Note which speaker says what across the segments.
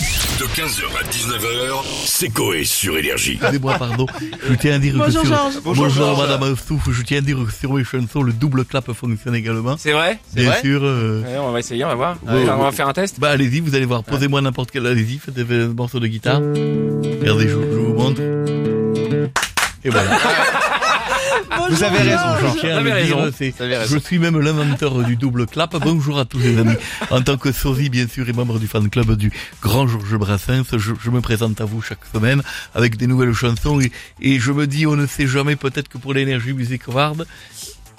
Speaker 1: De 15h à 19h, c'est Coé sur Énergie.
Speaker 2: Excusez-moi, pardon. Je tiens à dire
Speaker 3: Bonjour,
Speaker 2: que sur...
Speaker 3: Georges.
Speaker 2: Bonjour, Madame Assouf. Je tiens à dire que sur Ocean Soul, le double clap fonctionne également.
Speaker 4: C'est vrai
Speaker 2: Bien sûr. euh,
Speaker 4: Ouais, On va essayer, on va voir.
Speaker 2: Ouais.
Speaker 4: Enfin, on va faire un test.
Speaker 2: Bah allez-y, vous allez voir. Posez-moi n'importe quel. Allez-y, faites un morceau de guitare. Regardez, je, je vous montre. Et voilà.
Speaker 3: Bonjour, Georges.
Speaker 2: Je tiens à
Speaker 4: Vous avez
Speaker 2: le dire,
Speaker 4: raison.
Speaker 2: c'est-
Speaker 4: Vous avez raison.
Speaker 2: Je suis même l'inventeur du double clap. Bonjour à tous les amis. En tant que sosie, bien sûr, et membre du fan club du grand Georges Brassens, je, je me présente à vous chaque semaine avec des nouvelles chansons et, et je me dis, on ne sait jamais, peut-être que pour l'énergie Music Award,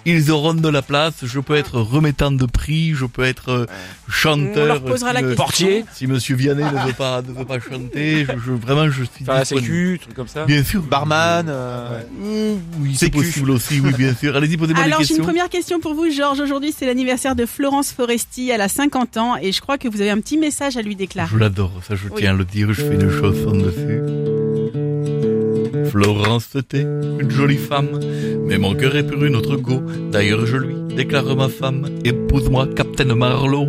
Speaker 2: ils auront de la place. Je peux être remettant de prix, je peux être euh, chanteur.
Speaker 3: On leur posera
Speaker 2: si
Speaker 3: la
Speaker 2: le-
Speaker 3: question.
Speaker 4: Portier,
Speaker 2: Si Monsieur Vianney ne veut pas, ne veut pas chanter, je, je- vraiment, je suis
Speaker 4: faire la
Speaker 2: disponible.
Speaker 4: sécu, truc comme ça.
Speaker 2: Bien sûr.
Speaker 5: Barman. euh,
Speaker 2: Euh, oui, c'est
Speaker 5: Sécu.
Speaker 2: possible aussi, oui, bien sûr. Allez-y, posez-moi des
Speaker 3: Alors j'ai
Speaker 2: questions.
Speaker 3: une première question pour vous Georges. Aujourd'hui c'est l'anniversaire de Florence Foresti, elle a 50 ans et je crois que vous avez un petit message à lui déclarer.
Speaker 2: Je l'adore, ça je
Speaker 3: Oui.
Speaker 2: tiens à le dire, je fais une chanson dessus. Florence, c'était une jolie femme, mais mon cœur est pour une autre go. D'ailleurs, je lui déclare ma femme. Épouse-moi, Captain Marlowe,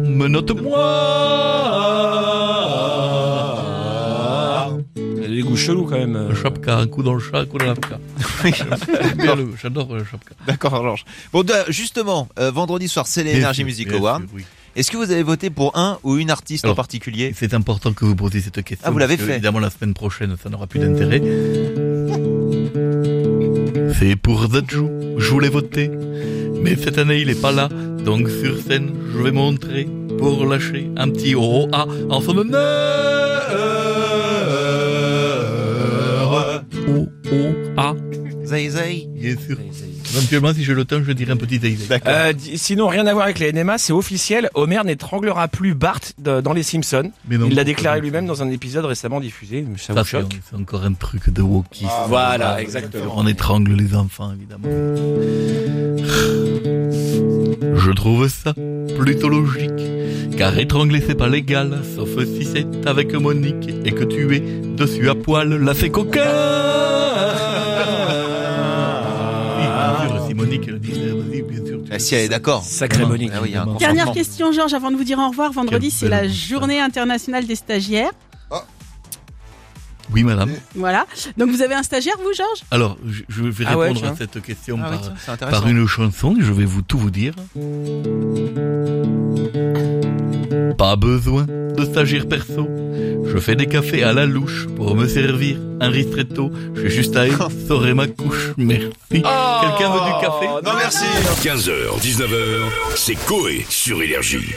Speaker 2: menote-moi.
Speaker 4: Elle a des goûts chelous quand même.
Speaker 2: Le
Speaker 4: euh.
Speaker 2: chapka, un coup dans le chat, un coup dans la chapka. J'aime bien le- J'adore le chapka.
Speaker 5: D'accord, Georges. Bon, de- justement, euh, vendredi soir, c'est l'énergie Music
Speaker 2: Bien sûr,
Speaker 5: Award.
Speaker 2: oui.
Speaker 5: Est-ce que vous avez voté pour un ou une artiste en
Speaker 2: Alors,
Speaker 5: particulier
Speaker 2: C'est important que vous posiez cette question.
Speaker 5: Ah, vous l'avez
Speaker 2: parce que,
Speaker 5: fait.
Speaker 2: Évidemment, la semaine prochaine, ça n'aura plus d'intérêt. C'est pour Zadjou, je voulais voter. Mais cette année, il est pas là. Donc, sur scène, je vais montrer pour lâcher un petit oh ah en forme de Oh oh ah.
Speaker 5: Zay Zay
Speaker 2: Bien sûr. Éventuellement, si j'ai le temps, je dirai un petit zay zay.
Speaker 5: D'accord.
Speaker 4: Euh, di- sinon, rien à voir avec les NMA, c'est officiel. Homer n'étranglera plus Bart de- dans Les Simpsons.
Speaker 2: Mais non,
Speaker 4: Il l'a
Speaker 2: pourquoi
Speaker 4: déclaré
Speaker 2: pas
Speaker 4: lui-même dans un épisode récemment diffusé. Ça
Speaker 2: Ça,
Speaker 4: vous choque
Speaker 2: c'est- C'est encore un truc de wokisme.
Speaker 4: voilà, exactement.
Speaker 2: On étrangle les enfants, évidemment. Je trouve ça plutôt logique, car étrangler c'est pas légal, sauf si c'est avec Monique et que tu es dessus à poil, là c'est coquin. Oui, bien sûr, si Monique le disait, vas-y, bien sûr. tu
Speaker 5: Ah,
Speaker 2: le
Speaker 5: Si elle Ah. est d'accord.
Speaker 4: Sacré
Speaker 2: Non,
Speaker 4: Monique.
Speaker 5: Ah oui, il y a un
Speaker 2: Évidemment.
Speaker 5: consentement.
Speaker 3: Dernière question Georges avant de vous dire au revoir. Vendredi
Speaker 2: Quelle
Speaker 3: c'est la
Speaker 2: belle
Speaker 3: journée internationale des stagiaires.
Speaker 2: Oui, madame.
Speaker 3: Voilà. Donc vous avez un stagiaire vous Georges
Speaker 2: Alors, je, je vais
Speaker 4: Ah ouais,
Speaker 2: répondre
Speaker 4: tiens.
Speaker 2: à cette question
Speaker 5: Ah oui,
Speaker 2: par,
Speaker 5: tiens, c'est intéressant.
Speaker 2: par une chanson et je vais vous tout vous dire. Pas besoin de stagiaire perso. Je fais des cafés à la louche pour me servir un ristretto. J'ai juste à essorer ma couche. Merci. Quelqu'un veut du café
Speaker 4: Oh, non,
Speaker 5: Non, merci.
Speaker 1: 15h, 19h, c'est Coé sur Énergie.